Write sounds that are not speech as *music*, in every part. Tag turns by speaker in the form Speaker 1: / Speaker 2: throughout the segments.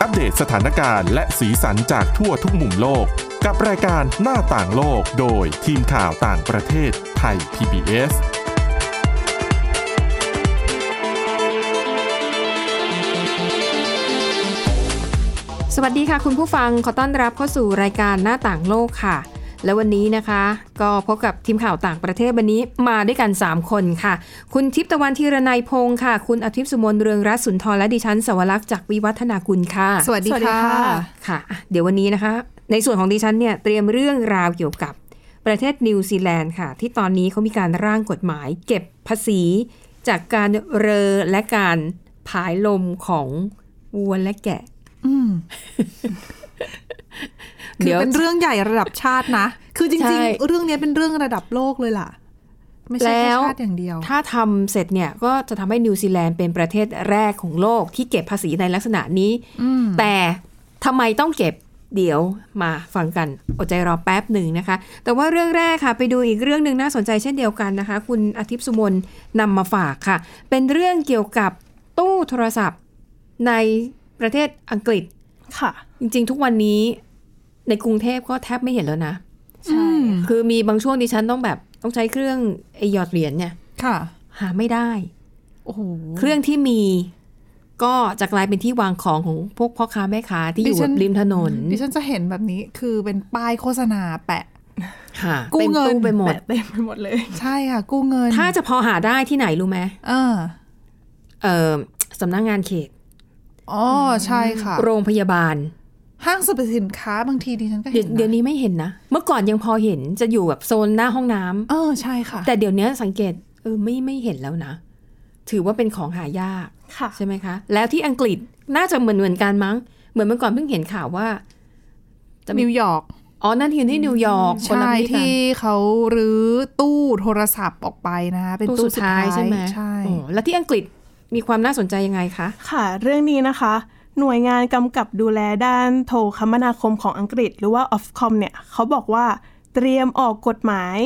Speaker 1: อัปเดตสถานการณ์และสีสันจากทั่วทุกมุมโลก กับรายการหน้าต่างโลกโดยทีมข่าวต่างประเทศไทย PBS
Speaker 2: สวัสดีค่ะคุณผู้ฟังขอต้อนรับเข้าสู่รายการหน้าต่างโลกค่ะ และวันนี้นะคะ ก็พบกับทีมข่าวต่างประเทศวันนี้มาด้วยกัน 3 คนค่ะ คุณทิพย์ตะวันธีรนัยพงค์ค่ะ คุณอาทิตย์สุมนต์เรืองรัตน์สุนทรและดิฉันสวรักษ์จากวิวัฒนากุลค่ะ
Speaker 3: สวัสดี
Speaker 2: สวัสดี
Speaker 3: ค่ะ
Speaker 2: ค่ะค่ะอ่ะ เดี๋ยววันนี้นะคะ ในส่วนของดิฉันเนี่ยเตรียมเรื่องราวเกี่ยวกับประเทศนิวซีแลนด์ค่ะ ที่ตอนนี้เขามีการร่างกฎหมาย เก็บภาษี จากการเรอและการผายลมของวัวและแกะ
Speaker 3: อื
Speaker 2: *laughs*
Speaker 3: มคือเป็นเรื่องใหญ่ระดับชาตินะ คือจ
Speaker 2: ใช่
Speaker 3: ริงๆ เรื่องนี้เป็นเรื่องระดับโลกเลยล่ะ ไม่ใช่
Speaker 2: แล้
Speaker 3: แค่
Speaker 2: ว
Speaker 3: ชาติอย่างเดียว
Speaker 2: ถ้าทำเสร็จเนี่ยก็จะทำให้นิวซีแลนด์เป็นประเทศแรกของโลกที่เก็บภาษีในลักษณะนี้
Speaker 3: อืม
Speaker 2: แต่ทำไมต้องเก็บเดี๋ยวมาฟังกันอดใจรอแป๊บหนึ่งนะคะ แต่ว่าเรื่องแรกค่ะไปดูอีกเรื่องหนึ่งน่าสนใจเช่นเดียวกันนะคะ คุณอาทิตย์สุมนนำมาฝากค่ะ เป็นเรื่องเกี่ยวกับตู้โทรศัพท์ในประเทศอังกฤษ
Speaker 4: ค่ะ
Speaker 2: จริงๆ ทุกวันนี้ในกรุงเทพก็แทบไม่เห็นแล้วนะ
Speaker 4: ใช่
Speaker 3: อืม
Speaker 2: คือมีบางช่วงดิฉันต้องแบบต้องใช้เครื่องไอหยอดเหรียญเนี่ย
Speaker 3: ค่ะ
Speaker 2: หาไม่ได้
Speaker 3: โอ้โห
Speaker 2: เครื่องที่มีก็จะกลายเป็นที่วางของของพวกพ่อค้าแม่ค้าที่อยู่แบบริมถนน
Speaker 3: ดิฉันจะเห็นแบบนี้ คือเป็นป้ายโฆษณาแปะ
Speaker 2: ค่ะ
Speaker 3: กู้
Speaker 2: เต็ม
Speaker 3: เงิน
Speaker 2: ตู้ไปหมด
Speaker 4: แปะเต็มไปหมดเลย
Speaker 3: ใช่ค่ะ กู้เงิน
Speaker 2: ถ้าจะพอหาได้ที่ไหนรู้ไหม
Speaker 3: เออ
Speaker 2: เออสำนักงานเขต
Speaker 3: อ๋ออใช่ค่ะ
Speaker 2: โรงพยาบาล
Speaker 3: ห้างสรรพสินค้าบางทีดิฉันก็
Speaker 2: เดี๋
Speaker 3: เห็
Speaker 2: ยวน เดี๋ยว
Speaker 3: นะ
Speaker 2: นี้ไม่เห็นนะ เมื่อก่อนยังพอเห็นจะอยู่แบบโซนหน้าห้องน้ำ
Speaker 3: เออใช่ค่ะ
Speaker 2: แต่เดี๋ยวนี้สังเกตเออไม่ไม่เห็นแล้วนะ ถือว่าเป็นของหายาก
Speaker 4: ค่ะ
Speaker 2: ใช่ไหมคะ แล้วที่อังกฤษน่าจะเหมือนเหมือนกันมั้ง เหมือนเมื่อก่อนเพิ่งเห็นข่าวว่าจะมี
Speaker 3: นิวยอร์ก
Speaker 2: อ๋อนั่นคือที่นิวยอร์กคนละ
Speaker 3: ใช่
Speaker 2: ที่กัน
Speaker 3: ที่เขารื้อตู้โทรศัพท์ออกไปนะคะเป็น
Speaker 2: ตู้
Speaker 3: ตู้
Speaker 2: สุดท้ายใช่ไหม
Speaker 3: ใช่
Speaker 2: โอ้แล้วที่อังกฤษมีความน่าสนใจยังไงคะ
Speaker 4: ค่ะ เรื่องนี้นะคะ หน่วยงานกำกับดูแลด้านโทรคมนาคมของอังกฤษ หรือว่า Ofcom เนี่ย เขาบอกว่าเตรียมออกกฎหมาย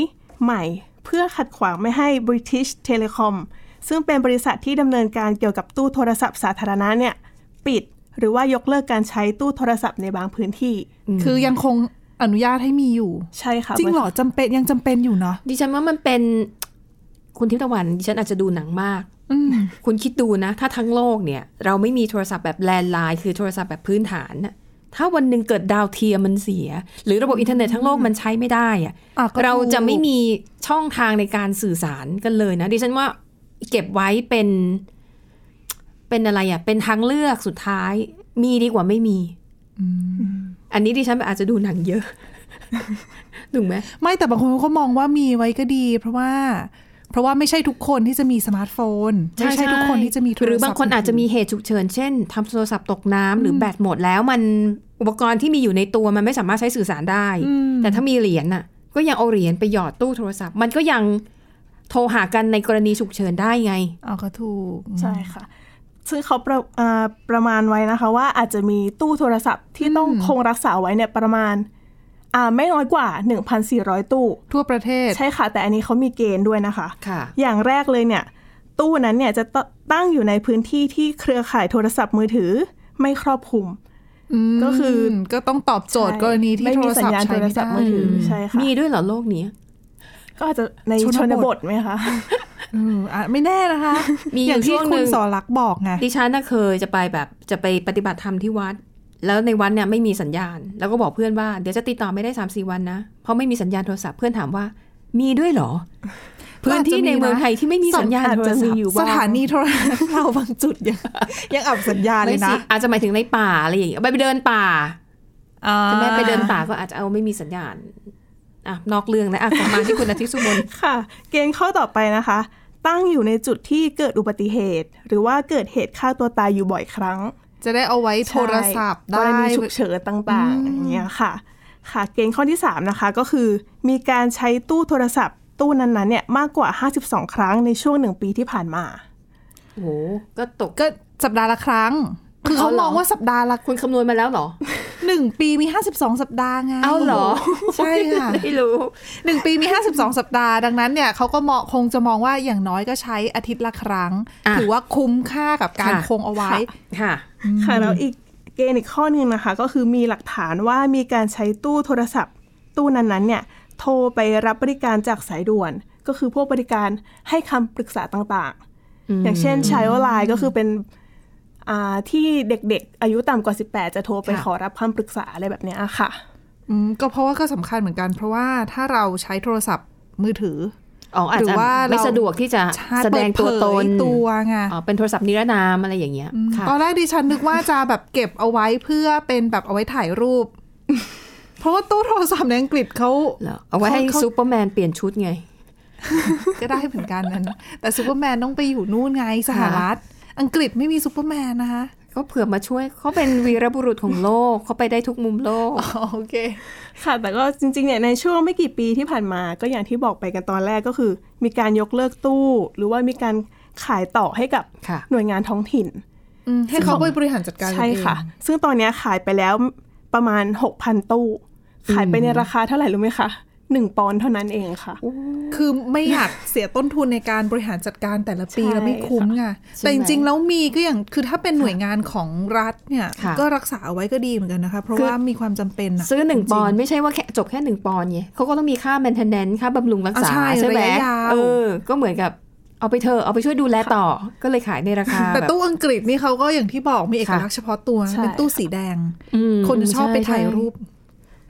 Speaker 4: ใหม่ เพื่อขัดขวางไม่ให้ British Telecom ซึ่งเป็นบริษัทที่ดำเนินการเกี่ยวกับตู้โทรศัพท์สาธารณะเนี่ย ปิด หรือว่ายกเลิกการใช้ตู้โทรศัพท์ในบางพื้นที่
Speaker 3: คือยังคงอนุญาตให้มีอยู่
Speaker 4: ใช่ค่ะ
Speaker 3: จริงเหรอจำเป็นยังจำเป็นอยู่เนาะ
Speaker 2: ดิฉันว่ามันเป็นคุณทิพย์ตะวัน ดิฉันอาจจะดูหนังมาก
Speaker 3: อืม
Speaker 2: คุณคิดดูนะ ถ้าทั้งโลกเนี่ย เราไม่มีโทรศัพท์แบบแลนด์ไลน์คือโทรศัพท์แบบพื้นฐานน่ะถ้าวันหนึ่งเกิดดาวเทียมมันเสีย หรือระบบอินเทอร์เน็ตทั้งโลกมันใช้ไม่ได้อะ
Speaker 3: อ่ก็
Speaker 2: เราจะไม่
Speaker 3: ถูก
Speaker 2: มีช่องทางในการสื่อสารกันเลยนะ ดิฉันว่าเก็บไว้เป็น เป็นอะไรอะเป็นทางเลือกสุดท้าย มีดีกว่าไม่มี อันนี้ดิฉันอาจจะดูหนัง
Speaker 3: *laughs*
Speaker 2: เยอะ ถูกไหม
Speaker 3: ไม่แต่บางคนเขาก็มองว่ามีไว้ก็ดี เพราะว่า เพราะว่าไม่ใช่ทุกคนที่จะมีสมาร์ทโฟนไม่ใช่ทุกคนที่จะมีโทรศัพท์
Speaker 2: หรือบางคนอาจจะมีเหตุฉุกเฉินเช่นทำโทรศัพท์ตกน้ำหรือแบตหมดแล้วมันอุปกรณ์ที่มีอยู่ในตัวมันไม่สามารถใช้สื่อสารได้
Speaker 3: อืม
Speaker 2: แต่ถ้ามีเหรียญน่ะ ก็ยังเอาเหรียญไปหยอดตู้โทรศัพท์ มันก็ยังโทรหากันในกรณีฉุกเฉินได้ไง
Speaker 3: เอาก็ถูก
Speaker 4: ใช่ค่ะ ซึ่งเขาประอ่าประมาณไว้นะคะว่าอาจจะมีตู้โทรศัพท์ที่ต้องคงรักษาไว้เนี่ยประมาณอ่าไม่น้อยกว่า 1,400 ตู้
Speaker 3: ทั่วประเทศ
Speaker 4: ใช่ค่ะ แต่อันนี้เขามีเกณฑ์ด้วยนะคะ
Speaker 2: ค่ะ
Speaker 4: อย่างแรกเลยเนี่ย ตู้นั้นเนี่ยจะตตั้งอยู่ในพื้นที่ที่เครือข่ายโทรศัพท์มือถือไม่ครอบคลุม
Speaker 3: อืม
Speaker 4: ก็คือ
Speaker 3: ก็ต้องตอบโจทย์กรณีที่
Speaker 4: ไม่
Speaker 3: โท
Speaker 4: มี
Speaker 3: ร
Speaker 4: สั
Speaker 3: ศัพท์
Speaker 4: ญญาณ
Speaker 3: ใช้
Speaker 4: โทร
Speaker 3: ไม่
Speaker 4: ศั
Speaker 3: ได้
Speaker 4: พท์มือถือใช่ค่ะ
Speaker 2: มีด้วยเหรอโลกนี้
Speaker 4: ก็อาจจะใน
Speaker 3: ชนบท
Speaker 4: ชนบทไหมคะ
Speaker 3: เอออ่ะไม่แน่นะคะ
Speaker 2: มีอยู่
Speaker 3: อย่าง
Speaker 2: ช่
Speaker 3: ที่
Speaker 2: วงหนึ่
Speaker 3: คุณ
Speaker 2: ง
Speaker 3: สอรักษณ์บอกไง
Speaker 2: ดิฉันน่ะเคยจะไปแบบจะไปปฏิบัติธรรมที่วัด แล้วในวัดเนี่ยไม่มีสัญญาณ แล้วก็บอกเพื่อนว่าเดี๋ยวจะติดต่อไม่ได้3าสี่วันนะเพราะไม่มีสัญญาณโทรศัพท์เพื่อนถามว่า มีด้วยเหรอ
Speaker 3: ก็
Speaker 2: พื้น
Speaker 3: อาจจะ
Speaker 2: ที่ในเมืองไทยที่ไม่มีสัญญาณ
Speaker 4: อาจ
Speaker 2: โทร
Speaker 4: จะมี
Speaker 2: ศัพท์
Speaker 4: อยู่
Speaker 3: สถานีโทรทัศน์เราบางจุดยังยังอับสัญญาณเล
Speaker 2: ไม่
Speaker 3: ย
Speaker 2: สิ
Speaker 3: นะ
Speaker 2: อาจจะหมายถึงในป่าอะไรอย่างเงี้ยไปเดินป่าใช่ไหมไปเดินป่าก็อาจจะเอาไม่มีสัญญาณอ่ะนอกเรื่องนะอ่ะกลับมาที่คุณอาทิตย์สุมน
Speaker 4: ค่ะ เกณฑ์ข้อต่อไปนะคะ ตั้งอยู่ในจุดที่เกิดอุบัติเหตุ หรือว่าเกิดเหตุฆ่าตัวตายอยู่บ่อยครั้ง
Speaker 3: จะได้เอาไว้โทรศัพท์
Speaker 4: ก
Speaker 3: ได้
Speaker 4: รณีฉุกเฉินต่าง
Speaker 3: อืม
Speaker 4: ๆอย่างเงี้ยค่ะ ค่ะ เกณฑ์ข้อที่ 3 นะคะ ก็คือ มีการใช้ตู้โทรศัพท์ ตู้นั้นๆเนี่ยมากกว่า 52 ครั้งในช่วงหนึ่งปีที่ผ่านมา
Speaker 2: โอ้โหก็ตก
Speaker 3: ก็สัปดาห์ละครั้ง คือเขา
Speaker 2: เอาเหร
Speaker 3: ม
Speaker 2: อ
Speaker 3: องว่าสัปดาห์ละ
Speaker 2: คุณคำนวณมาแล้วเหรอ
Speaker 3: หนึ่งปีมี 52 สัปดาห์ไง
Speaker 2: เอาเหรอ
Speaker 3: ใช่ค่ะ
Speaker 2: ไม่รู้
Speaker 3: หนึ่งปีมี 52 สัปดาห์ ดังนั้นเนี่ยเขาก็เหมาะคงจะมองว่าอย่างน้อยก็ใช้อาทิตย์ละครั้ง
Speaker 2: อ่ะ
Speaker 3: ถือว่าคุ้มค่ากับการ
Speaker 2: ค่ะ
Speaker 3: คงเอาไว้
Speaker 2: ค่ะ
Speaker 4: ค่ะ แล้วอีก เกณฑ์อีกข้อหนึ่งนะคะ ก็คือมีหลักฐานว่ามีการใช้ตู้โทรศัพท์ ตู้นั้นๆเนี่ยโทรไปรับบริการจากสายด่วน ก็คือพวกบริการให้คำปรึกษาต่างๆ อย่างเช่น Child Line ก็คือเป็นอ่าที่เด็กๆ อายุต่ำกว่า 18 จะโทรไป
Speaker 3: ค่ะ
Speaker 4: ขอรับคำปรึกษาอะไรแบบเนี้ยค่ะ
Speaker 3: อืมก็เพราะว่าก็สำคัญเหมือนกัน เพราะว่าถ้าเราใช้โทรศัพท์มือถือ
Speaker 2: อ๋ออาจ
Speaker 3: หรือ
Speaker 2: จะ
Speaker 3: ว่า
Speaker 2: ไม่
Speaker 3: เรา
Speaker 2: สะดวกที่จะ
Speaker 3: ใช่
Speaker 2: แสดงตัวตน
Speaker 3: เปิดเผยตัวไง
Speaker 2: อ๋อเป็นโทรศัพท์นิรนามอะไรอย่างเงี้ยค่ะ
Speaker 3: ตอนแรกดิฉันนึกว่าจะแบบเก็บเอาไว้เพื่อเป็นแบบเอาไว้ถ่ายรูป *laughs* เพราะว่าตู้โทรศัพท์ในอังกฤษเขา
Speaker 2: เหรอเอาไว้ให้
Speaker 3: ขข
Speaker 2: ซูเปอร์แมนเปลี่ยนชุดไง
Speaker 3: *laughs* ก็ได้เหมือนกันนะ แต่ซูเปอร์แมนต้องไปอยู่นู่นไงสหรัฐ อังกฤษไม่มีซูเปอร์แมนนะคะ
Speaker 2: ก็เผื่อมาช่วยเขาเป็นวีรบุรุษของโลก เขาไปได้ทุกมุมโลก
Speaker 3: อ๋อโอเค
Speaker 4: ค่ะ แต่ก็จริงๆเนี่ยในช่วงไม่กี่ปีที่ผ่านมาก็อย่างที่บอกไปกันตอนแรกก็คือ มีการยกเลิกตู้ หรือว่ามีการขายต่อให้กับ
Speaker 2: ค่ะ
Speaker 4: หน่วยงานท้องถิ่น
Speaker 3: อืมให้เขาไปบริหารจัดการกัน
Speaker 4: ใช่
Speaker 3: เอง
Speaker 4: ค่ะ ซึ่งตอนเนี้ยขายไปแล้วประมาณ 6,000 ตู้ ขายไปในราคาเท่าไหร่รู้ไหมคะ 1 ปอนด์เท่านั้นเองค่ะ
Speaker 3: คือไม่อยากเสียต้นทุนในการบริหารจัดการแต่ละปี
Speaker 4: ใช่
Speaker 3: แล้วไม่คุ้มไง
Speaker 2: ใช่
Speaker 3: แต่จริงๆแล้วมีก็อย่างคือถ้าเป็นหน่วยงานของรัฐเนี่ย
Speaker 2: ค่ะ
Speaker 3: ก็รักษาเอาไว้ก็ดีเหมือนกันนะคะ เพราะ
Speaker 2: คือ
Speaker 3: ว่ามีความจำเป็นอะ
Speaker 2: ซื้อหนึ่ง
Speaker 3: จ
Speaker 2: ป
Speaker 3: ริ
Speaker 2: อง
Speaker 3: ๆ
Speaker 2: นด์ไม่ใช่ว่าแค่จบแค่หนึ่งปอนด์ไงเขาก็ต้องมีค่า maintenance ค่าบำรุงรักษา
Speaker 3: อ่ะใช่
Speaker 2: ไหม
Speaker 3: ระยะยาว
Speaker 2: เออ ก็เหมือนกับเอาไปเธอะเอาไปช่วยดูแลต่อ ก็เลยขายในราคา
Speaker 3: แต่
Speaker 2: บบ
Speaker 3: ตู้อังกฤษนี่เขาก็อย่างที่บอกมีเอกลักษณ์เฉพาะตัว
Speaker 4: ใช่
Speaker 3: เป็นตู้สีแดง
Speaker 2: อืม
Speaker 3: คนจะชอบไปถ่ายรูป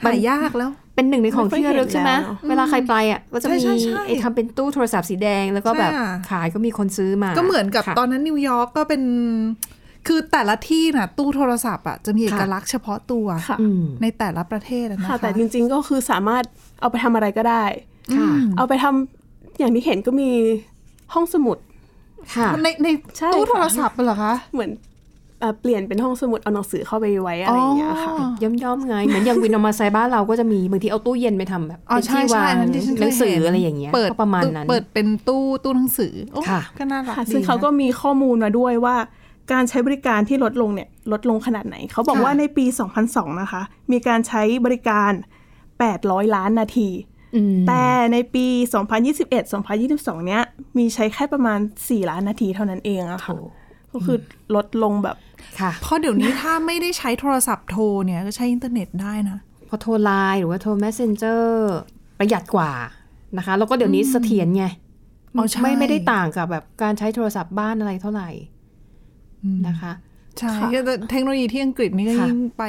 Speaker 2: มัน
Speaker 3: หายากแล้ว
Speaker 2: เป็นหนึ่งในของที่ระลึก
Speaker 4: ไม่ค่อยเห็น
Speaker 2: ใช่ไหม
Speaker 4: แล้ว
Speaker 2: เวลาใครไปอ่ะก็จะ
Speaker 3: ใช่
Speaker 2: มี
Speaker 3: ใช่ใช่
Speaker 2: ไอ้ทำเป็นตู้โทรศัพท์สีแดงแล้วก็แบบ
Speaker 3: ใช่อะ
Speaker 2: ขายก็มีคนซื้อมา
Speaker 3: ก็เหมือนกับ
Speaker 2: ค่ะ
Speaker 3: ตอนนั้นนิวยอร์กก็เป็น คือแต่ละที่นะตู้โทรศัพท์อ่ะจะมีเอก
Speaker 2: ค่ะ
Speaker 3: ลักษณ์เฉพาะตัว
Speaker 4: ค่ะ
Speaker 2: อืม
Speaker 3: ในแต่ละประเทศอะนะ
Speaker 4: ค่ะ
Speaker 3: คะ
Speaker 4: แต่จริงๆก็คือสามารถเอาไปทำอะไรก็ได้
Speaker 2: ค่ะ
Speaker 4: เอาไปทำอย่างที่เห็นก็มีห้องสมุด
Speaker 2: ค่ะ
Speaker 3: ในใน
Speaker 4: ใช่
Speaker 3: ตู้
Speaker 4: ค่ะ
Speaker 3: โทรศัพท์เหรอคะ
Speaker 4: เหมือนเอ่อเปลี่ยนเป็นห้องสมุดเอาหนังสือเข้าไปไว้อะไรอย่างเงี้ยค่ะ
Speaker 2: ย่อมย่อมๆไง เหมือนอย่างวินออกมาไซบ้านเราก็จะมีบางทีเอาตู้เย็นไปทำแบบ
Speaker 3: อ๋อ
Speaker 2: เป็น
Speaker 3: ใช่
Speaker 2: ที่วา
Speaker 3: ใช่
Speaker 2: ง
Speaker 3: อันนั้นที่ฉัน
Speaker 2: ห
Speaker 3: เค
Speaker 2: นัง
Speaker 3: ยเห็
Speaker 2: สืออะไรอย่างเงี้ย
Speaker 3: เปิด
Speaker 2: ก็ประมาณนั้น
Speaker 3: เปิดเป็นตู้ตู้หนังสือโอ้
Speaker 2: ค่ะ
Speaker 3: ก็น่ารัก
Speaker 4: ค่ะ
Speaker 3: ดี
Speaker 4: ซึ่งเขา
Speaker 3: นะ
Speaker 4: ก็มีข้อมูลมาด้วยว่าการใช้บริการที่ลดลงเนี่ยลดลงขนาดไหน เขาบอก
Speaker 3: ค่ะ
Speaker 4: ว่าในปี 2002 นะคะ มีการใช้บริการ 800 ล้านนาที
Speaker 2: อืม
Speaker 4: แต่ในปี 2021-2022 เนี้ยมีใช้แค่ประมาณ 4 ล้านนาทีเท่านั้นเองอะ
Speaker 2: โถ
Speaker 4: ค่ะ ก็คือลดลงแบบ
Speaker 2: ค่ะ
Speaker 3: เพราะเดี๋ยวนี้ถ้าไม่ได้ใช้โทรศัพท์โทรเนี่ยก็ใช้อินเทอร์เน็ตได้นะ
Speaker 2: พอโทรไลน์หรือว่าโทร messenger ประหยัดกว่านะคะ แล้วก็เดี๋ยวนี้เสถียรไง
Speaker 3: อ๋อใช่
Speaker 2: ไม่ไม่ได้ต่างกับแบบการใช้โทรศัพท์บ้านอะไรเท่าไหร่นะคะ
Speaker 3: ใช่
Speaker 4: ค่ะ
Speaker 3: ก็เทคโนโลยีที่อังกฤษนี่ก็
Speaker 2: ค่ะ
Speaker 3: ยิ่งไป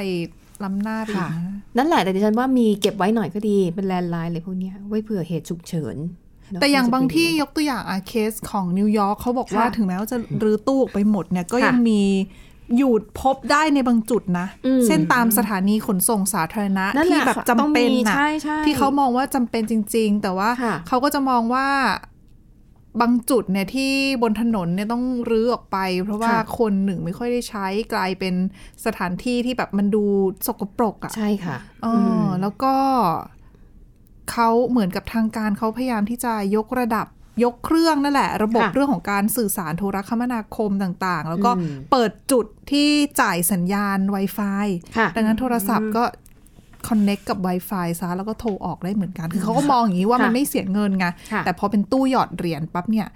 Speaker 3: ล้ำหน้าไปอีกนะ
Speaker 2: นั่นแหละแต่ดิฉันว่ามีเก็บไว้หน่อยก็ดีเป็นแลนด์ไลน์อะไรพวกเนี้ยไว้เผื่อเหตุฉุกเฉินเนะ
Speaker 3: แต่อย่างบางที่
Speaker 2: มันจะ
Speaker 3: ยกตัวอย่างอาเคสของนิวยอร์กเขาบอกว่า
Speaker 2: ค่ะ
Speaker 3: ถึงแม้ว่าจะรื้อตู้ออกไปหมดเนี่ยก็
Speaker 2: ค่ะ
Speaker 3: ยังมีอยู่พบได้ในบางจุดนะ
Speaker 2: อืม
Speaker 3: เช่นตามสถานีขนส่งสาธารณะ
Speaker 2: นั่นแห
Speaker 3: ที่
Speaker 2: ละ
Speaker 3: แบบ
Speaker 2: ค่ะ
Speaker 3: จำเป็น
Speaker 2: ต้องมี
Speaker 3: นะ
Speaker 2: ใช่ใช่
Speaker 3: ที่เขามองว่าจำเป็นจริง ๆ แต่ว่า
Speaker 2: ค่ะ
Speaker 3: เขาก็จะมองว่าบางจุดเนี่ยที่บนถนนเนี่ยต้องรื้อออกไป เพราะว่าคนหนึ่งไม่ค่อยได้ใช้กลายเป็นสถานที่ที่แบบมันดูสกปรกอ่ะ
Speaker 2: ใช่ค่ะ
Speaker 3: อ๋อ
Speaker 2: ม
Speaker 3: อแล้วก็เขาเหมือนกับทางการเขาพยายามที่จะยกระดับยกเครื่องนั่นแหละ ระบบ
Speaker 2: ค่ะ
Speaker 3: เรื่องของการสื่อสารโทรคมนาคมต่างๆ แล้วก็
Speaker 2: อืม
Speaker 3: เปิดจุดที่จ่ายสัญญาณ Wi-Fi
Speaker 2: ค่ะ
Speaker 3: ดังนั้นโทรศัพท์ก็ Connect กับ Wi-Fi ซะแล้วก็โทรออกได้เหมือนกัน คือเขาก็มองอย่างนี้ว่า
Speaker 2: ค่ะ
Speaker 3: มันไม่เสียเงินไง
Speaker 2: ค่ะ
Speaker 3: แต่พอเป็นตู้หยอดเหรียญปั๊บเนี่ย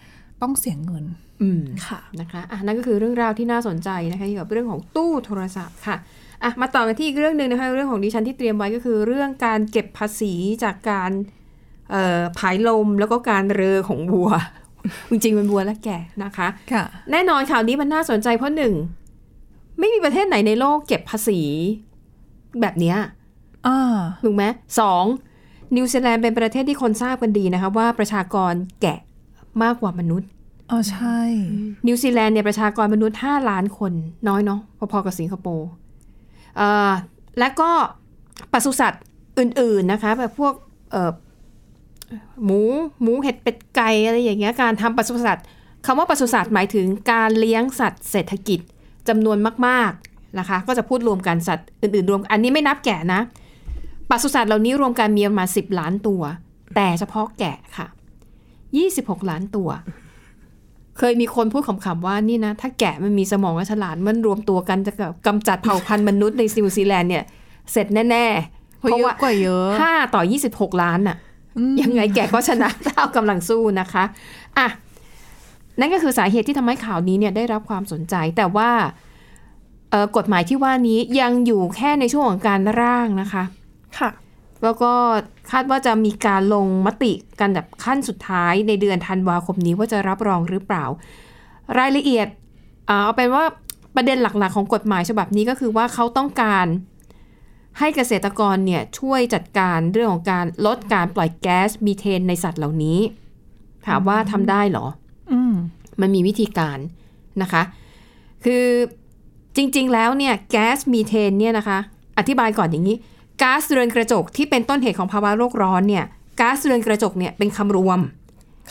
Speaker 3: ต้องเสียเงิน
Speaker 2: อืม
Speaker 4: ค่ะ
Speaker 2: นะคะอ่ะนั่นก็คือเรื่องราวที่น่าสนใจนะคะเกี่ยวกับเรื่องของตู้โทรศัพท์ค่ะอ่ะ มาต่อกันที่อีกเรื่องหนึ่งนะคะเรื่องของดิฉันที่เตรียมไว้ก็คือ เรื่องการเก็บภาษีจากการเอ่อผายลมแล้วก็การเรือของวัว *laughs* จริงๆเป็นวัวและแกะนะคะ
Speaker 3: ค่ะ
Speaker 2: แน่นอนข่าวนี้มันน่าสนใจเพราะหนึ่ง ไม่มีประเทศไหนในโลกเก็บภาษีแบบเนี้ย
Speaker 3: อ่า
Speaker 2: ถูกไหมสองนิวซีแลนด์เป็นประเทศที่คนทราบกันดีนะคะว่าประชากรแกะมากกว่ามนุษย์
Speaker 3: อ๋อใช่
Speaker 2: นิวซีแลนด์เนี่ยประชากรมนุษย์ 5 ล้านคน น้อยเนาะพอๆกับสิงคโปร์เอ่อและก็ปศุสัตว์อื่น ๆ นะคะแบบพวกเอ่อหมูหมูเห็ดเป็ดไก่อะไรอย่างเงี้ยการทำปศุสัตว์คำว่าปศุสัตว์หมายถึงการเลี้ยงสัตว์เศรษฐกิจจำนวนมาก ๆ นะคะ ก็จะพูดรวมกันสัตว์อื่น ๆ รวมอันนี้ไม่นับแกะนะปศุสัตว์เหล่านี้รวมกันมีประมาณ10 ล้านตัว แต่เฉพาะแกะค่ะ 26 ล้านตัว เคยมีคนพูดขำๆว่านี่นะ ถ้าแกะมันมีสมองและฉลาดมันรวมตัวกันจะกำจัดเผ่าพันธุ์มนุษย์ในนิวซีแลนด์เนี่ย เสร็จแน่ๆ
Speaker 3: เพราะเยอะกว่าเยอะ
Speaker 2: ห้าต่อ 26 ล้านน่ะ ยังไงแกะก็ชนะ *laughs* ถ้าเอากำลังสู้นะคะอ่ะนั่นก็คือสาเหตุที่ทำให้ข่าวนี้เนี่ยได้รับความสนใจ แต่ว่า เอ่อกฎหมายที่ว่านี้ยังอยู่แค่ในช่วงของการร่างนะคะ
Speaker 4: ค่ะ
Speaker 2: แล้วก็คาดว่าจะมีการลงมติกันแบบขั้นสุดท้ายในเดือนธันวาคมนี้ว่าจะรับรองหรือเปล่า รายละเอียดเอ่อเอาเป็นว่าประเด็นหลักๆ ของกฎหมายฉบับนี้ก็คือว่าเขาต้องการให้เกษตรกรเนี่ยช่วยจัดการเรื่องของการลดการปล่อยแก๊สมีเทนในสัตว์เหล่านี้ ถามว่าทำได้เหรอ
Speaker 3: อืม
Speaker 2: มันมีวิธีการนะคะ คือจริงๆ แล้วเนี่ยแก๊สมีเทนเนี่ยนะคะ อธิบายก่อนอย่างนี้ก๊าซเรือนกระจกที่เป็นต้นเหตุของภาวะโลกร้อนเนี่ยก๊าซเรือนกระจกเนี่ยเป็นคำรวม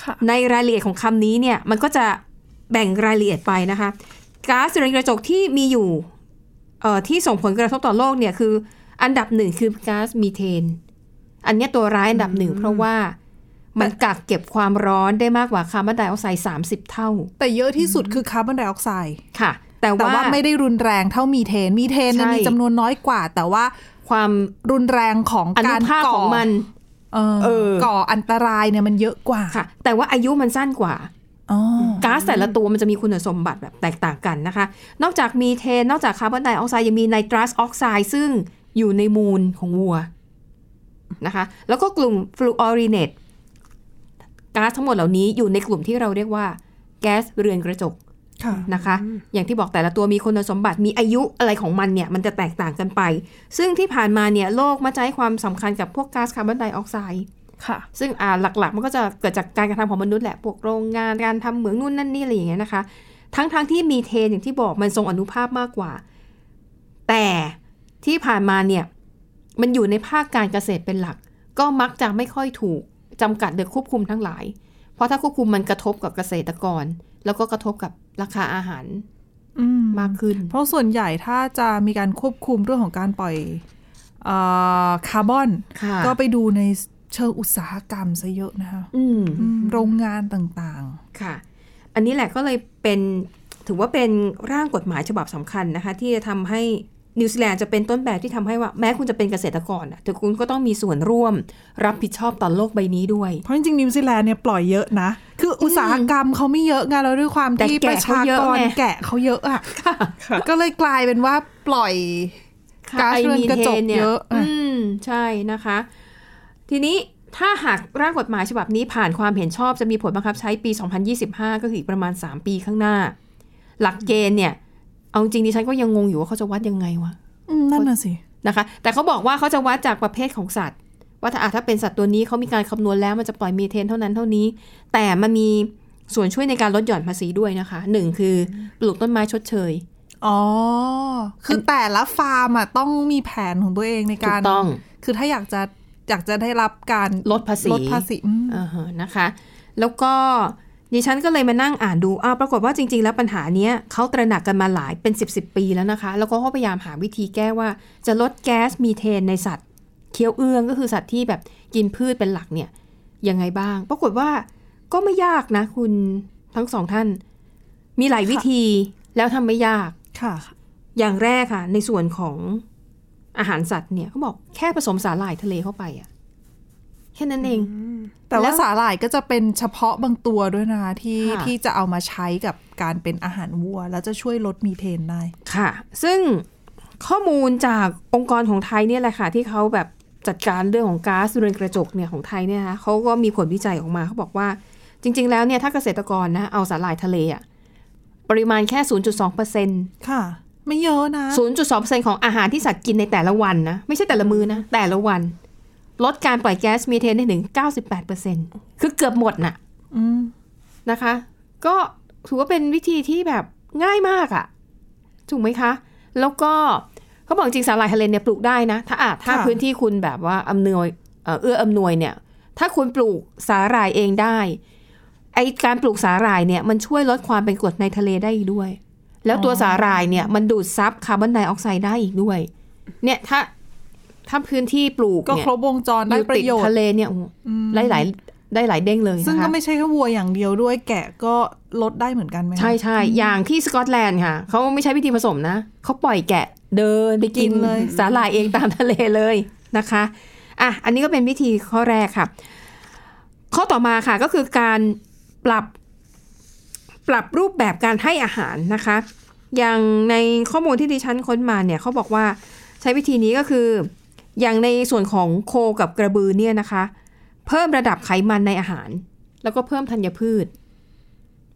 Speaker 4: ค่ะ
Speaker 2: ในรายละเอียดของคำนี้เนี่ยมันก็จะแบ่งรายละเอียดไปนะคะก๊าซเรือนกระจกที่มีอยู่เอ่อที่ส่งผลกระทบต่อโลกเนี่ยคืออันดับหนึ่งคือก๊าซมีเทน อันเนี้ยตัวร้ายอันดับหนึ่งเพราะว่ามันกักเก็บความร้อนได้มากกว่าคาร์บอนไดออกไซด์30 เท่า
Speaker 3: แต่เยอะที่สุดคือคาร์บอนไดออกไซด์
Speaker 2: ค่ะ แต่
Speaker 3: แต่
Speaker 2: ว่า
Speaker 3: ว่าไม่ได้รุนแรงเท่ามีเทน มีเทนเนี่ย
Speaker 2: ใช่
Speaker 3: มีจำนวนน้อยกว่า แต่ว่า
Speaker 2: ความ
Speaker 3: รุนแรงของ
Speaker 2: อนุ
Speaker 3: การ
Speaker 2: ภาค
Speaker 3: ก่
Speaker 2: ของมัน
Speaker 3: เออ
Speaker 4: เออ
Speaker 3: ก่ออันตรายเนี่ยมันเยอะกว่า
Speaker 2: ค่ะ แต่ว่าอายุมันสั้นกว่า
Speaker 3: อ๋อ
Speaker 2: ก๊าซแต่ละตัวมันจะมีคุณสมบัติแบบแตกต่างกันนะคะ นอกจากมีเทน นอกจากคาร์บอนไดออกไซด์ยังมีไนตรัสออกไซด์ซึ่งอยู่ในมูลของวัวนะคะ แล้วก็กลุ่มฟลูออรีเนตก๊าซทั้งหมดเหล่านี้อยู่ในกลุ่มที่เราเรียกว่าแก๊สเรือนกระจก
Speaker 3: ค่ะ
Speaker 2: นะคะ อย่างที่บอกแต่ละตัวมีคุณสมบัติมีอายุอะไรของมันเนี่ย มันจะแตกต่างกันไป ซึ่งที่ผ่านมาเนี่ยโลกมักจะให้ความสำคัญกับพวกก๊าซคาร์บอนไดออกไซด์
Speaker 4: ค่ะ
Speaker 2: ซึ่งอ่าหลักๆ มันก็จะเกิดจากการกระทำของมนุษย์แหละ พวกโรงงานการทำเหมืองนู่นนั่นนี่อะไรอย่างเงี้ยนะคะ ทั้งๆที่มีเทนอย่างที่บอกมันทรงอนุภาพมากกว่า แต่ที่ผ่านมาเนี่ยมันอยู่ในภาคการเกษตรเป็นหลัก ก็มักจะไม่ค่อยถูกจำกัดหรือควบคุมทั้งหลาย เพราะถ้าควบคุมมันกระทบกับเกษตรกร แล้วก็กระทบกับราคาอาหาร
Speaker 3: อืม
Speaker 2: มากขึ้น
Speaker 3: เพราะส่วนใหญ่ถ้าจะมีการควบคุมเรื่องของการปล่อยเออคาร์บอน
Speaker 2: ค่ะ
Speaker 3: ก็ไปดูในเชิงอุตสาหกรรมซะเยอะนะคะ
Speaker 2: อืม
Speaker 3: อืมโรงงานต่าง
Speaker 2: ค่ะ อันนี้แหละก็เลยเป็นถือว่าเป็นร่างกฎหมายฉบับสำคัญนะคะ ที่จะทำให้นิวซีแลนด์จะเป็นต้นแบบที่ทำให้ว่าแม้คุณจะเป็นเกษตรกรน่ะแต่คุณก็ต้องมีส่วนร่วมรับผิดชอบต่อโลกใบนี้ด้วย
Speaker 3: ๆ เพราะจริงๆนิวซีแลนด์เนี่ยปล่อยเยอะนะ คืออุตสาหกรรมเขาไม่เยอะไงแล้วด้วยความ
Speaker 2: แต่
Speaker 3: ที่
Speaker 2: แกะ
Speaker 3: ประชา
Speaker 2: เขาเยอะ
Speaker 3: กร
Speaker 2: ไง
Speaker 3: แกะเขาเยอะอ่ะ ก็เลยกลายเป็นว่าปล่อย ก๊าซ
Speaker 2: ไอ้
Speaker 3: เรือนกระจก
Speaker 2: มีทนี่
Speaker 3: เยอะอ่ะ
Speaker 2: อืม ใช่นะคะ ทีนี้ถ้าหากร่างกฎหมายฉบับนี้ผ่านความเห็นชอบจะมีผลบังคับใช้ปี 2025 ก็คืออีกประมาณ 3 ปีข้างหน้า หลักเกณฑ์เนี่ย เอาจริงดิฉันก็ยังงงอยู่ว่าเขาจะวัดยังไงวะ
Speaker 3: อืมนั่นน่ะสิ
Speaker 2: นะคะแต่เขาบอกว่าเขาจะวัดจากประเภทของสัตว์ ว่าถ้าอ่ะถ้าเป็นสัตว์ตัวนี้เขามีการคำนวณแล้วมันจะปล่อยมีเทนเท่านั้นเท่านี้ แต่มันมีส่วนช่วยในการลดหย่อนภาษีด้วยนะคะหนึ่งคือปลูกต้นไม้ชดเชย
Speaker 3: อ๋อ คือแต่ละฟาร์มอ่ะต้องมีแผนของตัวเองใน
Speaker 2: ถู
Speaker 3: การ
Speaker 2: กต้อง
Speaker 3: คือถ้าอยากจะอยากจะได้รับการ
Speaker 2: ลดภาษี
Speaker 3: ลดภาษีอืม
Speaker 2: อ่าฮะนะคะ แล้วก็ดิฉันก็เลยมานั่งอ่านดูอ้าวปรากฏว่าจริง ๆ แล้วปัญหาเนี้ยเขาตระหนักกันมาหลายเป็น 10บสปีแล้วนะคะ แล้วก็เขาพยายามหาวิธีแก้ว่าจะลดแก๊สมีเทนในสัตว์เคี้ยวเอื้องก็คือสัตว์ที่แบบกินพืชเป็นหลักเนี่ยยังไงบ้าง ปรากฏว่าก็ไม่ยากนะคุณทั้งสองท่าน มีหลายวิธีแล้วทำไม่ยาก
Speaker 3: ค่ะ
Speaker 2: อย่างแรกค่ะ ในส่วนของอาหารสัตว์เนี่ยเขาบอกแค่ผสมสาหร่ายทะเลเข้าไปอะแค่นั้นเองแล้ว
Speaker 3: แต่่าว สาหร่ายก็จะเป็นเฉพาะบางตัวด้วยนะคะที่
Speaker 2: ค่ะ
Speaker 3: ที่จะเอามาใช้กับการเป็นอาหารวัว แล้วจะช่วยลดมีเทนได้
Speaker 2: ค่ะ ซึ่งข้อมูลจากองค์กรของไทยเนี่ยแหละค่ะ ที่เขาแบบจัดการเรื่องของก๊าซเรือนกระจกเนี่ยของไทยเนี่ยนะคะเขาก็มีผลวิจัยออกมาเขาบอกว่า จริง ๆ แล้วเนี่ยถ้าเกษตรกรนะเอาสาหร่ายทะเลอะปริมาณแค่ 0.2%เปอร์เซ็นต์
Speaker 3: ค่ะ ไม่เยอะนะ
Speaker 2: 0.2%ของอาหารที่สัตว์กินในแต่ละวันนะ ไม่ใช่แต่ละมือนะ แต่ละวัน ลดการปล่อยแก๊สมีเทนได้ถึง 98%คือเกือบหมดน่ะ
Speaker 3: อืม
Speaker 2: นะคะ ก็ถือว่าเป็นวิธีที่แบบง่ายมากอะถูกไหมคะ แล้วก็เขาบอกจริงสาหร่ายทะเลเนี่ยปลูกได้นะ ถ้าอาจถ้าพื้นที่คุณแบบว่าอำนวยเอ่อเอื้ออำนวยเนี่ย ถ้าคุณปลูกสาหร่ายเองได้ ไอการปลูกสาหร่ายเนี่ยมันช่วยลดความเป็นกรดในทะเลได้อีกด้วย แล้วตัวสาหร่ายเนี่ยมันดูดซับคาร์บอนไดออกไซด์ได้อีกด้วย เนี่ยถ้าถ้าพื้นที่ปลูก
Speaker 3: ก็
Speaker 2: เนี่ย
Speaker 3: ครบวงจร
Speaker 2: อ
Speaker 3: ได้
Speaker 2: ยู่
Speaker 3: ป
Speaker 2: ติ
Speaker 3: ระ
Speaker 2: ด
Speaker 3: โยช
Speaker 2: ทะ
Speaker 3: น์
Speaker 2: เลเนี่ยโอ้โหได้หลายได้หลายเด้งเลยนะคะ
Speaker 3: ซึ่งก็ไม่ใช่แค่วัวอย่างเดียวด้วย แกะก็ลดได้เหมือนกันไหมคะ
Speaker 2: ใช่ใช่อย่างที่สกอตแลนด์ค่ะ เขาไม่ใช้วิธีผสมนะ เขาปล่อยแกะเดินไปกิน
Speaker 3: กินเลย
Speaker 2: สาหร่ายเองตามทะเลเลย *laughs* นะคะ อ่ะ อันนี้ก็เป็นวิธีข้อแรกค่ะ ข้อต่อมาค่ะก็คือการปรับปรับรูปแบบการให้อาหารนะคะ อย่างในข้อมูลที่ดิฉันค้นมาเนี่ยเขาบอกว่าใช้วิธีนี้ก็คือ อย่างในส่วนของโคกับกระบือเนี่ยนะคะ เพิ่มระดับไขมันในอาหาร แล้วก็เพิ่มธัญพืช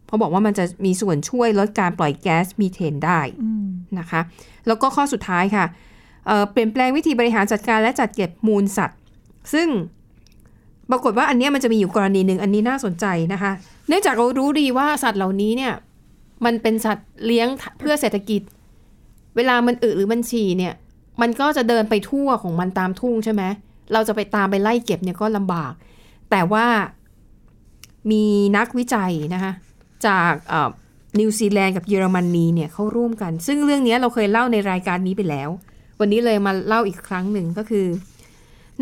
Speaker 2: เพราะบอกว่ามันจะมีส่วนช่วยลดการปล่อยแก๊สมีเทนได้
Speaker 3: อืม
Speaker 2: นะคะแล้วก็ข้อสุดท้ายค่ะเอ่อเปลี่ยนแปลงวิธีบริหารจัดการและจัดเก็บมูลสัตว์ ซึ่งปรากฏว่าอันเนี้ยมันจะมีอยู่กรณีหนึ่งอันนี้น่าสนใจนะคะ เนื่องจากเรารู้ดีว่าสัตว์เหล่านี้เนี่ยมันเป็นสัตว์เลี้ยงเพื่อเศรษฐกิจ เวลามันอึหรือมันฉี่เนี่ยมันก็จะเดินไปทั่วของมันตามทุ่งใช่ไหมเราจะไปตามไปไล่เก็บเนี่ยก็ลำบาก แต่ว่ามีนักวิจัยนะคะจากเอ่อ นิวซีแลนด์กับเยอรมนีเนี่ยเขาร่วมกัน ซึ่งเรื่องเนี้ยเราเคยเล่าในรายการนี้ไปแล้ว วันนี้เลยมาเล่าอีกครั้งหนึ่งก็คือ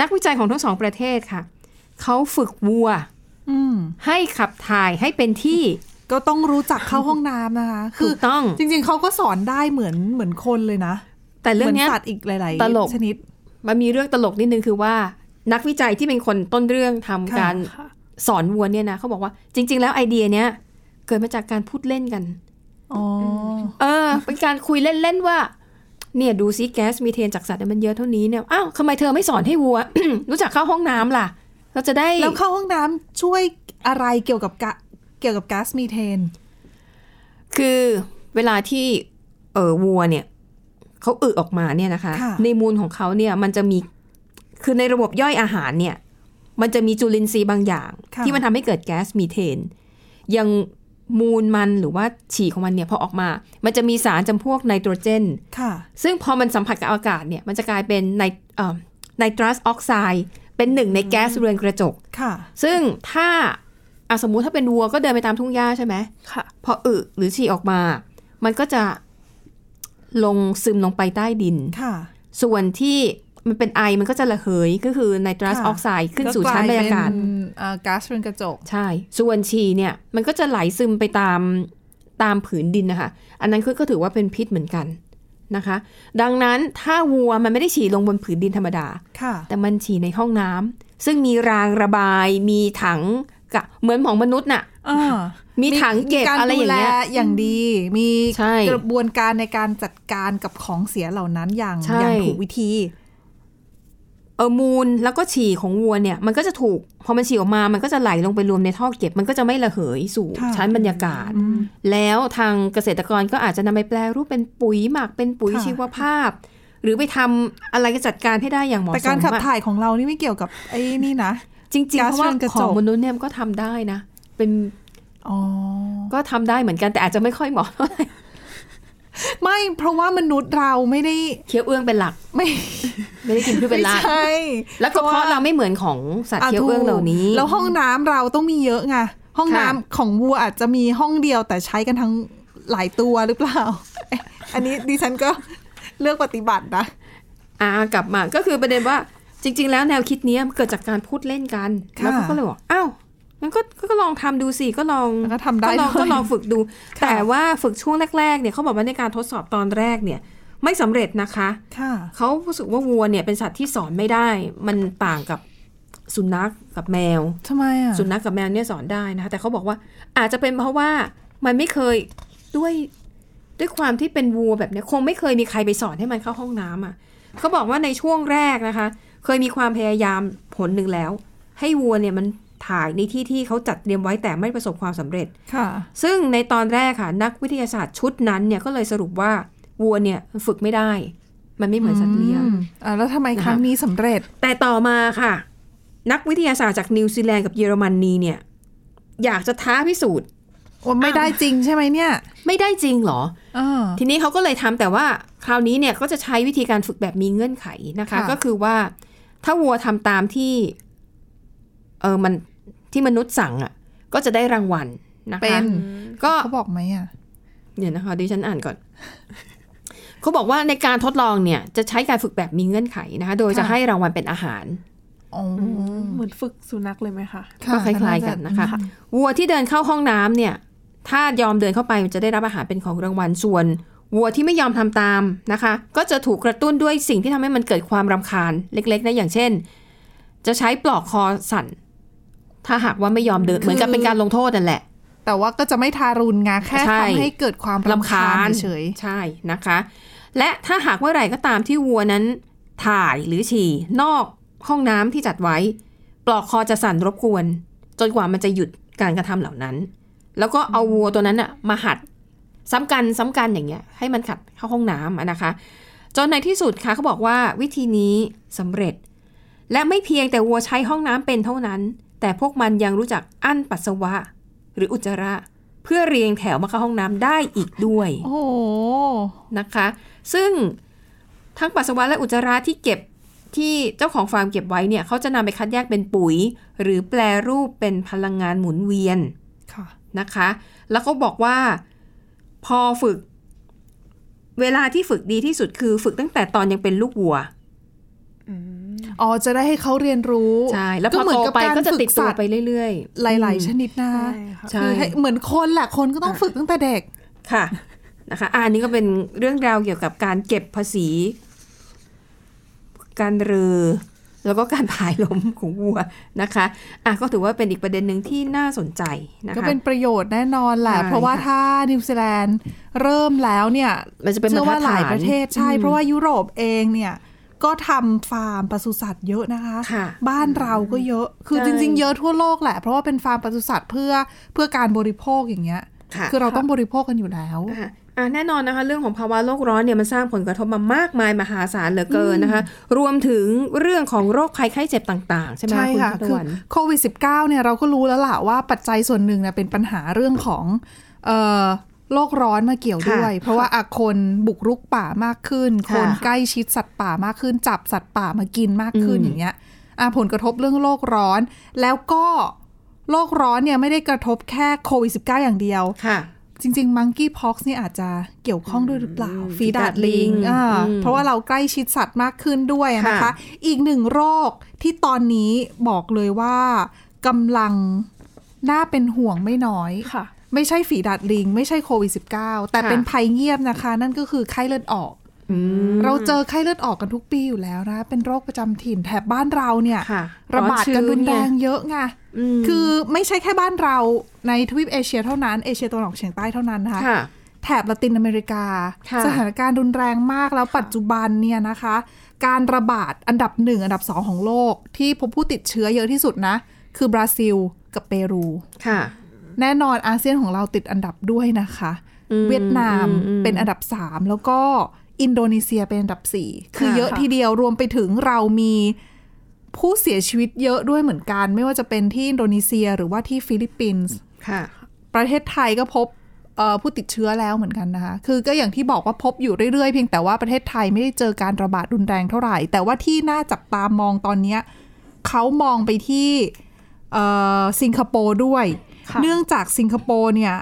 Speaker 2: นักวิจัยของทั้งสองประเทศค่ะ เขาฝึกวัว
Speaker 3: อืม
Speaker 2: ให้ขับถ่ายให้เป็น
Speaker 3: *laughs*
Speaker 2: ที่
Speaker 3: ก็ต้องรู้จักเข้าห้องน้ำนะคะ คื
Speaker 2: ถู
Speaker 3: อก
Speaker 2: ต้อง
Speaker 3: จริง ๆเขาก็สอนได้เหมือนเหมือนคนเลยนะ
Speaker 2: แต่
Speaker 3: เห
Speaker 2: เรื่อ
Speaker 3: มื
Speaker 2: ง
Speaker 3: น
Speaker 2: เนี้ย
Speaker 3: สัตว์อีกหลาย
Speaker 2: ตลก
Speaker 3: ชนิด
Speaker 2: มันมีเรื่องตลกนิดนึงคือว่า นักวิจัยที่เป็นคนต้นเรื่องทำ
Speaker 3: ค่ะ
Speaker 2: การสอนวัวเนี่ยนะเขาบอกว่าจริง ๆ แล้วไอเดียเนี้ยเกิดมาจากการพูดเล่นกัน
Speaker 3: อ๋อ
Speaker 2: เออเป็นการคุยเล่น ๆ ว่า เนี่ยดูซิแก๊สมีเทนจากสัตว์เนี่ยมันเยอะเท่านี้เนี่ยอ้าวทำไมเธอไม่สอนให้วั *coughs* ว รู้จักเข้าห้องน้ำล่ะ เราจะได้
Speaker 3: แล้วเข้าห้องน้ำช่วยอะไรเกี่ยวกับกะเกี่ยวกับก๊าซมีเทน
Speaker 2: คือเวลาที่เออวัวเนี่ยเขาอึออกมาเนี่ยนะคะ
Speaker 3: ค่ะ
Speaker 2: ในมูลของเขาเนี่ยมันจะมีคือในระบบย่อยอาหารเนี่ย มันจะมีจุลินทรีย์บางอย่าง
Speaker 3: ค่ะ
Speaker 2: ที่มันทำให้เกิดแก๊สมีเทน อย่างมูลมันหรือว่าฉี่ของมันเนี่ยพอออกมา มันจะมีสารจำพวกไนโตรเจน
Speaker 3: ค่ะ
Speaker 2: ซึ่งพอมันสัมผัสกับอากาศเนี่ย มันจะกลายเป็นไนเอ่อไนตรัสออกไซด์เป็นหนึ่งในแก๊สเรือนกระจก
Speaker 3: ค่ะ
Speaker 2: ซึ่งถ้าอะสมมุติถ้าเป็นวัวก็เดินไปตามทุ่งหญ้าใช่ไหม
Speaker 4: ค่ะ
Speaker 2: พออึหรือฉี่ออกมา มันก็จะลงซึมลงไปใต้ดิน
Speaker 3: ค่ะ
Speaker 2: ส่วนที่มันเป็นไอมันก็จะระเหยก็คือไนตรัส
Speaker 3: ค่ะ
Speaker 2: ออกไซด์ขึ้นสู่ชั้นบรรยากาศ
Speaker 3: ก็ลเป็นเอ่อก๊าซเรือนกระจก
Speaker 2: ใช่ ส่วนฉี่เนี่ย มันก็จะไหลซึมไปตามตามผืนดินนะคะ อันนั้นก็ถือว่าเป็นพิษเหมือนกันนะคะ ดังนั้นถ้าวัวมันไม่ได้ฉี่ลงบนผืนดินธรรมดา
Speaker 3: ค่ะ
Speaker 2: แต่มันฉี่ในห้องน้ำซึ่งมีรางระบาย มีถังกะเหมือนของมนุษย์น่ะ
Speaker 3: อ่า
Speaker 2: มีถังเก็บ
Speaker 3: าร
Speaker 2: อะไรอย่างเงี้ย
Speaker 3: ดูแลอย่างดี มี
Speaker 2: ใช่
Speaker 3: กระบวนการในการจัดการกับของเสียเหล่านั้นอย่าง
Speaker 2: ใช่
Speaker 3: อย่างถูกวิธี
Speaker 2: เออมูลแล้วก็ฉี่ของวัวเนี่ย มันก็จะถูก พอมันฉี่ออกมา มันก็จะไหลลงไปรวมในท่อเก็บ มันก็จะไม่ระเหยสู่
Speaker 3: ค่ะ
Speaker 2: ชั้นบรรยากาศ
Speaker 3: อืม
Speaker 2: แล้วทางเกษตรกรก็อาจจะนำไปแปลรูปเป็นปุ๋ยหมักเป็นปุ๋ย
Speaker 3: ค่ะ
Speaker 2: ชีวภาพ หรือไปทำอะไรก็จัดการให้ได้อย่างเหมาะสม
Speaker 3: แต่การขับ
Speaker 2: อะ
Speaker 3: ถ่ายของเรานี่ไม่เกี่ยวกับไอ้นี่
Speaker 2: *laughs*
Speaker 3: นะ
Speaker 2: จริงๆ
Speaker 3: ก๊า
Speaker 2: เพราะ
Speaker 3: ซ
Speaker 2: ว่า
Speaker 3: เรือนกระจ
Speaker 2: ข
Speaker 3: ก
Speaker 2: องมนุษย์เนี่ยมันก็ทำได้นะ เป็น
Speaker 3: อ๋อ
Speaker 2: ก็ทำได้เหมือนกันแต่อาจจะไม่ค่อยเหมาะเท่าไหร่ *laughs*
Speaker 3: ไม่เพราะว่ามนุษย์เราไม่ได้ *laughs*
Speaker 2: เคี้ยวเอื้องเป็นหลัก
Speaker 3: ไม่
Speaker 2: ไม่ได้กินพืชเป็
Speaker 3: ไม่
Speaker 2: นหลัก
Speaker 3: ใช่
Speaker 2: แล้วก็เพราะเราไม่เหมือนของสัตว์เคี้ยวเอื้องเหล่านี้
Speaker 3: แล้วห้องน้ำเราต้องมีเยอะไงห้อง
Speaker 2: ค่ะ
Speaker 3: น้ำของวัวอาจจะมีห้องเดียวแต่ใช้กันทั้งหลายตัวหรือเปล่า *laughs* อันนี้ดิฉันก็เลือกปฏิบัตินะ
Speaker 2: อ่ากลับมาก็คือประเด็นว่าจริง ๆ แล้วแนวคิดเนี้ยมันเกิดจากการพูดเล่นกัน
Speaker 3: ค่ะ
Speaker 2: แล้วเขาก็เลยบอกอ้าวงั้นก็ก็ลองทำดูสิก็ลอง
Speaker 3: มันก็ทำได้
Speaker 2: ก็ลอง
Speaker 3: ด้วย
Speaker 2: ก็ลองฝึกดู
Speaker 3: ค่ะ
Speaker 2: แต่ว่าฝึกช่วงแรกๆเนี่ยเขาบอกว่าในการทดสอบตอนแรกเนี่ย ไม่สำเร็จนะคะ
Speaker 3: ค่ะ
Speaker 2: เขารู้สึกว่าวัวเนี่ยเป็นสัตว์ที่สอนไม่ได้ มันต่างกับสุนัขกับแมว
Speaker 3: ทำไมอ่ะ
Speaker 2: สุนัขกับแมวเนี่ยสอนได้นะคะแต่เขาบอกว่าอาจจะเป็นเพราะว่ามันไม่เคยด้วยด้วยความที่เป็นวัวแบบเนี้ยคงไม่เคยมีใครไปสอนให้มันเข้าห้องน้ำอ่ะเขาบอกว่าในช่วงแรกนะคะ เคยมีความพยายามผลหนึ่งแล้ว ให้วัวเนี่ยมันถ่ายในที่ที่เขาจัดเตรียมไว้แต่ไม่ประสบความสำเร็จ
Speaker 3: ค่ะ
Speaker 2: ซึ่งในตอนแรกค่ะ นักวิทยาศาสตร์ชุดนั้นเนี่ยก็เลยสรุปว่าวัวเนี่ยฝึกไม่ได้ มันไม่เหมือนสัตว์เลี้ยง
Speaker 3: อืมอ่าแล้วทำไม
Speaker 2: นะคะ
Speaker 3: ครั้งนี้สำเร็จ
Speaker 2: แต่ต่อมาค่ะ นักวิทยาศาสตร์จากนิวซีแลนด์กับเยอรมนนีเนี่ย อยากจะท้าพิสูจน์
Speaker 3: ว่าไม่ได้จริงใช่ไหมเนี่ย
Speaker 2: ไม่ได้จริงเหรอ
Speaker 3: อ่า
Speaker 2: ทีนี้เขาก็เลยทำแต่ว่าคราวนี้เนี่ยก็จะใช้วิธีการฝึกแบบมีเงื่อนไขนะคะ
Speaker 3: ค่ะ
Speaker 2: ก็คือว่าถ้าวัวทำตามที่เออมันที่มนุษย์สั่งอะ่ะ ก็จะได้รางวัลนะคะ
Speaker 3: เป็น
Speaker 2: ก็
Speaker 3: เขาบอกไหมอ่ะ
Speaker 2: เดี๋ยวนะคะดิฉันอ่านก่อน เขาบอกว่าในการทดลองเนี่ย จะใช้การฝึกแบบมีเงื่อนไขนะคะ โดยจะ
Speaker 3: ค่ะ
Speaker 2: ให้รางวัลเป็นอาหาร
Speaker 3: อ๋อ
Speaker 4: เหมือนฝึกสุนัขเลยไหมคะ
Speaker 2: ก็คล้ายๆกันนะคะ วัวที่เดินเข้าห้องน้ำเนี่ย ถ้ายอมเดินเข้าไปมันจะได้รับอาหารเป็นของรางวัลส่วน วัวที่ไม่ยอมทำตามนะคะ ก็จะถูกกระตุ้นด้วยสิ่งที่ทำให้มันเกิดความรำคาญเล็กๆนะอย่างเช่น จะใช้ปลอกคอสั่น ถ้าหากว่าไม่ยอมเดินเหมือนกับเป็นการลงโทษนั่นแหละ
Speaker 3: แต่ว่าก็จะไม่ทารุณไงแค่
Speaker 2: ใช่
Speaker 3: ทำให้เกิดความรำคาญเฉย
Speaker 2: ใช่นะคะ และถ้าหากว่าไรก็ตามที่วัวนั้น ถ่ายหรือฉี่นอกห้องน้ำที่จัดไว้ ปลอกคอจะสั่นรบกวน จนกว่ามันจะหยุดการกระทำเหล่านั้น แล้วก็เอาวัวตัวนั้นอะมาหัด ซ้ำกันซ้ำกันอย่างเงี้ย ให้มันขัดเข้าห้องน้ำอะนะคะ จนในที่สุดค่ะเขาบอกว่าวิธีนี้สำเร็จ และไม่เพียงแต่วัวใช้ห้องน้ำเป็นเท่านั้น แต่พวกมันยังรู้จักอั้นปัสสาวะ หรืออุจจาระ เพื่อเรียงแถวมาเข้าห้องน้ำได้อีกด้วย
Speaker 3: ๆโอ้โห
Speaker 2: นะคะ ซึ่งทั้งปัสสาวะและอุจจาระที่เก็บที่เจ้าของฟาร์มเก็บไว้เนี่ยเขาจะนำไปคัดแยกเป็นปุ๋ย หรือแปลรูปเป็นพลังงานหมุนเวียน
Speaker 3: ค่ะ
Speaker 2: นะคะ แล้วก็บอกว่าพอฝึก เวลาที่ฝึกดีที่สุดคือฝึกตั้งแต่ตอนยังเป็นลูกวัว
Speaker 3: อ๋อจะได้ให้เขาเรียนรู้
Speaker 2: ใช่ แล้วพอโตไปก็จะติดตัวไปเรื่อยๆ
Speaker 3: หลาย ๆ ชนิดนะ
Speaker 4: ใช่ค่ะ
Speaker 2: ใช่
Speaker 3: คือให้เหมือนคนแหละคนก็ต้องฝึกตั้งแต่เด็ก
Speaker 2: ค่ะนะคะอะอันนี้ก็เป็นเรื่องราวเกี่ยวกับการเก็บภาษี การเรือ แล้วก็การถ่ายลมของวัวนะคะอ่ะก็ถือว่าเป็นอีกประเด็นหนึ่งที่น่าสนใจนะคะ
Speaker 3: ก็เป็นประโยชน์แน่นอนแหละ
Speaker 2: ใช่
Speaker 3: เพราะว่าถ้านิวซีแลนด์เริ่มแล้วเนี่ย
Speaker 2: มันจะเป็น
Speaker 3: ชื่อว่าหลาย
Speaker 2: บรรทัดฐาน
Speaker 3: ประเทศใช่ เพราะว่ายุโรปเองเนี่ยก็ทำฟาร์มปศุสัตว์เยอะนะคะ
Speaker 2: ค่ะ
Speaker 3: บ้านเราก็เยอะ คือ
Speaker 2: ใช่
Speaker 3: จริง ๆ เยอะทั่วโลกแหละ เพราะว่าเป็นฟาร์มปศุสัตว์เพื่อเพื่อการบริโภคอย่างเงี้ย
Speaker 2: ค่ะ
Speaker 3: คือเราต้องบริโภคกันอยู่แล้ว
Speaker 2: อ่ะอ่ะแน่นอนนะคะ เรื่องของภาวะโลกร้อนเนี่ยมันสร้างผลกระทบมามากมายมหาศาลเหลือเกินนะคะ รวมถึงเรื่องของโรคภัยไข้เจ็บต่าง ๆ ใช่ไหม
Speaker 3: ใช่
Speaker 2: คุณ
Speaker 3: ค่ะ
Speaker 2: ทิพ
Speaker 3: คือ
Speaker 2: วรรณ
Speaker 3: โควิด -19 เนี่ยเราก็รู้แล้วล่ะว่าปัจจัยส่วนหนึ่งเนี่ยเป็นปัญหาเรื่องของเอ่อโลกร้อนมาเกี่ยวด้วย
Speaker 2: ค่ะ
Speaker 3: เพราะว่าอะคนบุกรุกป่ามากขึ้น
Speaker 2: ค่ะ
Speaker 3: คนใกล้ชิดสัตว์ป่ามากขึ้น จับสัตว์ป่ามากินมากขึ้น
Speaker 2: อืม
Speaker 3: อย่างเงี้ยอ่ะผลกระทบเรื่องโลกร้อน แล้วก็โลกร้อนเนี่ยไม่ได้กระทบแค่โควิด -19 อย่างเดียว
Speaker 2: ค่ะ
Speaker 3: จริง ๆ มังกี้พ็อกซ์นี่ยอาจจะเกี่ยวข้องด้วยหรือเปล่า ฝีดาดลิง
Speaker 2: ฝีดาดลิง
Speaker 3: อ่า
Speaker 2: อืม
Speaker 3: เพราะว่าเราใกล้ชิดสัตว์มากขึ้นด้วยนะคะ
Speaker 2: ค่ะ
Speaker 3: อีกหนึ่งโรคที่ตอนนี้บอกเลยว่ากำลังน่าเป็นห่วงไม่น้อย
Speaker 4: ค่ะ
Speaker 3: ไม่ใช่ฝีดาดลิง ไม่ใช่โควิด -19 แต่เป็นภัยเงียบนะคะ นั่นก็คือไข้เลือดออก
Speaker 2: อืม
Speaker 3: เราเจอไข้เลือดออกกันทุกปีอยู่แล้วนะ เป็นโรคประจำถิ่นแถบบ้านเราเนี่ย
Speaker 2: ค่ะ
Speaker 3: ระบาดกันรุนแรงเยอะไง
Speaker 2: คื
Speaker 3: คือ อไม่ใช่แค่บ้านเราในทวีปเอเชียเท่านั้นเอเชียตะวันออกเฉียงใต้เท่านั้นนะคะ
Speaker 2: ค่ะ
Speaker 3: แถบละตินอเมริกา
Speaker 2: ค่ะ
Speaker 3: สถานการณ์รุนแรงมากแล้วปัจจุบันเนี่ยนะคะ การระบาดอันดับหนึ่งอันดับสองของโลก ที่พบผู้ติดเชื้อเยอะที่สุดนะ คือบราซิลกับเปรู
Speaker 2: ค่ะ
Speaker 3: แน่นอนอาเซียนของเราติดอันดับด้วยนะคะ
Speaker 2: อืม
Speaker 3: เวียดนาม
Speaker 2: อืมอืม
Speaker 3: เป็นอันดับ 3 แล้วก็อินโดนีเซียเป็นอันดับ 4 คือ
Speaker 2: ค่ะ
Speaker 3: เยอะทีเดียวรวมไปถึงเรามีผู้เสียชีวิตเยอะด้วยเหมือนกัน ไม่ว่าจะเป็นที่อินโดนีเซียหรือว่าที่ฟิลิปปินส์
Speaker 2: ค่ะ
Speaker 3: ประเทศไทยก็พบเอ่อผู้ติดเชื้อแล้วเหมือนกันนะคะ คือก็อย่างที่บอกว่าพบอยู่เรื่อยๆ เพียงแต่ว่าประเทศไทยไม่ได้เจอการระบาดรุนแรงเท่าไหร่ แต่ว่าที่น่าจับตามองตอนเนี้ยเขามองไปที่เอ่อสิงคโปร์ด้วย
Speaker 4: ค่ะ
Speaker 3: เนื่องจากสิงคโปร์เนี่ย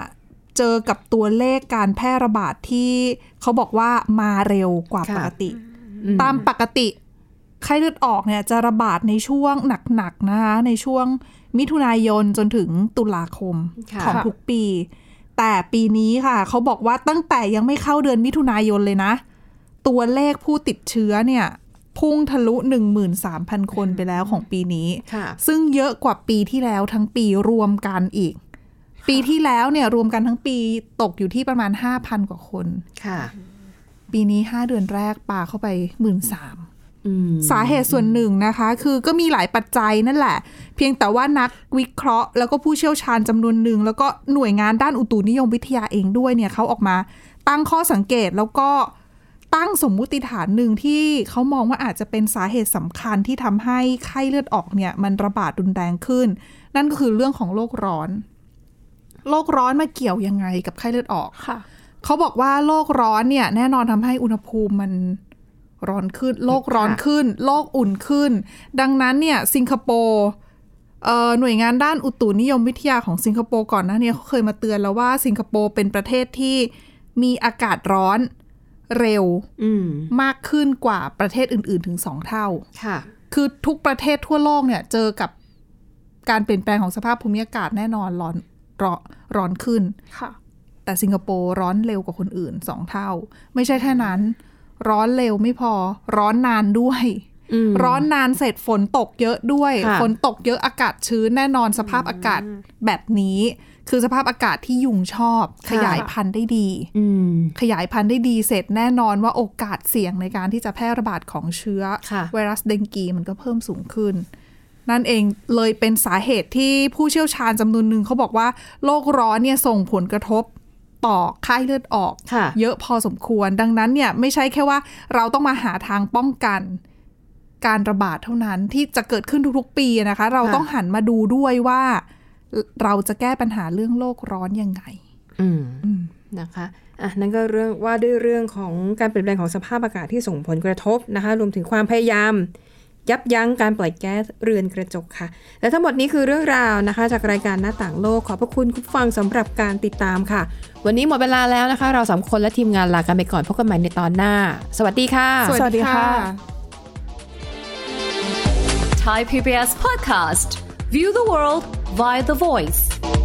Speaker 3: เจอกับตัวเลขการแพร่ระบาดที่เขาบอกว่ามาเร็วกว่า
Speaker 2: ค่ะ
Speaker 3: ปกติ
Speaker 2: อืม
Speaker 3: ตามปกติไข้เลือดออกเนี่ยจะระบาดในช่วงหนักๆนะคะในช่วงมิถุนายนจนถึงตุลาคม
Speaker 2: ค่ะ
Speaker 3: ของทุกปี แต่ปีนี้ค่ะ เขาบอกว่าตั้งแต่ยังไม่เข้าเดือนมิถุนายนเลยนะ ตัวเลขผู้ติดเชื้อเนี่ย พุ่งทะลุ 13,000 คนไปแล้วของปีนี้
Speaker 2: ค่ะ
Speaker 3: ซึ่งเยอะกว่าปีที่แล้วทั้งปีรวมกันอีก ปีที่แล้วเนี่ยรวมกันทั้งปีตกอยู่ที่ประมาณ 5,000 กว่าคน
Speaker 2: ค่ะ
Speaker 3: ปีนี้ 5 เดือนแรกปาเข้าไป 1 3ื่นสาม
Speaker 2: อืม
Speaker 3: สาเหตุส่วนหนึ่งนะคะ คือก็มีหลายปัจจัยนั่นแหละ เพียงแต่ว่านักวิเคราะห์ แล้วก็ผู้เชี่ยวชาญจำนวนหนึ่ง แล้วก็หน่วยงานด้านอุตุนิยมวิทยาเองด้วยเนี่ยเขาออกมา ตั้งข้อสังเกตแล้วก็ตั้งสมมุติฐานหนึ่งที่เขามองว่าอาจจะเป็นสาเหตุสำคัญที่ทำให้ไข้เลือดออกเนี่ยมันระบาดรุนแรงขึ้น นั่นก็คือเรื่องของโลกร้อน โลกร้อนมาเกี่ยวยังไงกับไข้เลือดออก
Speaker 4: ค่ะ
Speaker 3: เขาบอกว่าโลกร้อนเนี่ยแน่นอนทำให้อุณหภูมิมันร้อนขึ้น โลกร้อนขึ้น โลกอุ่นขึ้น ดังนั้นเนี่ยสิงคโปร์เอ่อหน่วยงานด้านอุตุนิยมวิทยาของสิงคโปร์ก่อนหน้าเนี้เขาเคยมาเตือนแล้วว่าสิงคโปร์เป็นประเทศที่มีอากาศร้อนเร็ว
Speaker 2: อืม
Speaker 3: มากขึ้นกว่าประเทศอื่น ๆ ถึง 2 เท่า
Speaker 2: ค่ะ
Speaker 3: คือทุกประเทศทั่วโลกเนี่ยเจอกับการเปลี่ยนแปลงของสภาพภูมิอากาศแน่นอนร้อนร้อนร้อนขึ้น
Speaker 4: ค่ะ
Speaker 3: แต่สิงคโปร์ร้อนเร็วกว่าคนอื่นสองเท่า ไม่ใช่แค่นั้น ร้อนเร็วไม่พอ ร้อนนานด้วย
Speaker 2: อืม
Speaker 3: ร้อนนานเสร็จฝนตกเยอะด้วย
Speaker 2: ค่ะ
Speaker 3: ฝนตกเยอะอากาศชื้นแน่นอนสภาพอากาศแบบนี้ คือสภาพอากาศที่ยุงชอบ ขยายพันธุ์ได้ดี
Speaker 2: อืม
Speaker 3: ขยายพันธุ์ได้ดีเสร็จแน่นอนว่าโอกาสเสี่ยงในการที่จะแพร่ระบาดของเชื้อ
Speaker 2: ค่ะ
Speaker 3: ไวรัสเดงกีมันก็เพิ่มสูงขึ้น นั่นเองเลยเป็นสาเหตุที่ผู้เชี่ยวชาญจำนวนหนึ่งเขาบอกว่าโลกร้อนเนี่ยส่งผลกระทบต่อไข้เลือดออก
Speaker 2: ค่ะ
Speaker 3: เยอะพอสมควรดังนั้นเนี่ยไม่ใช่แค่ว่าเราต้องมาหาทางป้องกัน การระบาดเท่านั้นที่จะเกิดขึ้นทุกๆ ปีนะคะ เรา
Speaker 2: ค่ะ
Speaker 3: ต้องหันมาดูด้วยว่า เราจะแก้ปัญหาเรื่องโลกร้อนยังไง
Speaker 2: อืม
Speaker 3: อืม
Speaker 2: นะคะอ่ะนั่นก็เรื่องว่าด้วยเรื่องของการเปลี่ยนแปลงของสภาพอากาศที่ส่งผลกระทบนะคะ รวมถึงความพยายาม ยับยั้งการปล่อยแก๊สเรือนกระจกค่ะ และทั้งหมดนี้คือเรื่องราวนะคะ จากรายการหน้าต่างโลกขอบพระคุณคุณผู้ฟังสำหรับการติดตามค่ะ วันนี้หมดเวลาแล้วนะคะ เราสามคนและทีมงานลากันไปก่อนพบกันใหม่ในตอนหน้า สวัสดีค่ะ
Speaker 4: สวัสดีค่ะ
Speaker 5: Thai PBS podcast. View the world via the voice.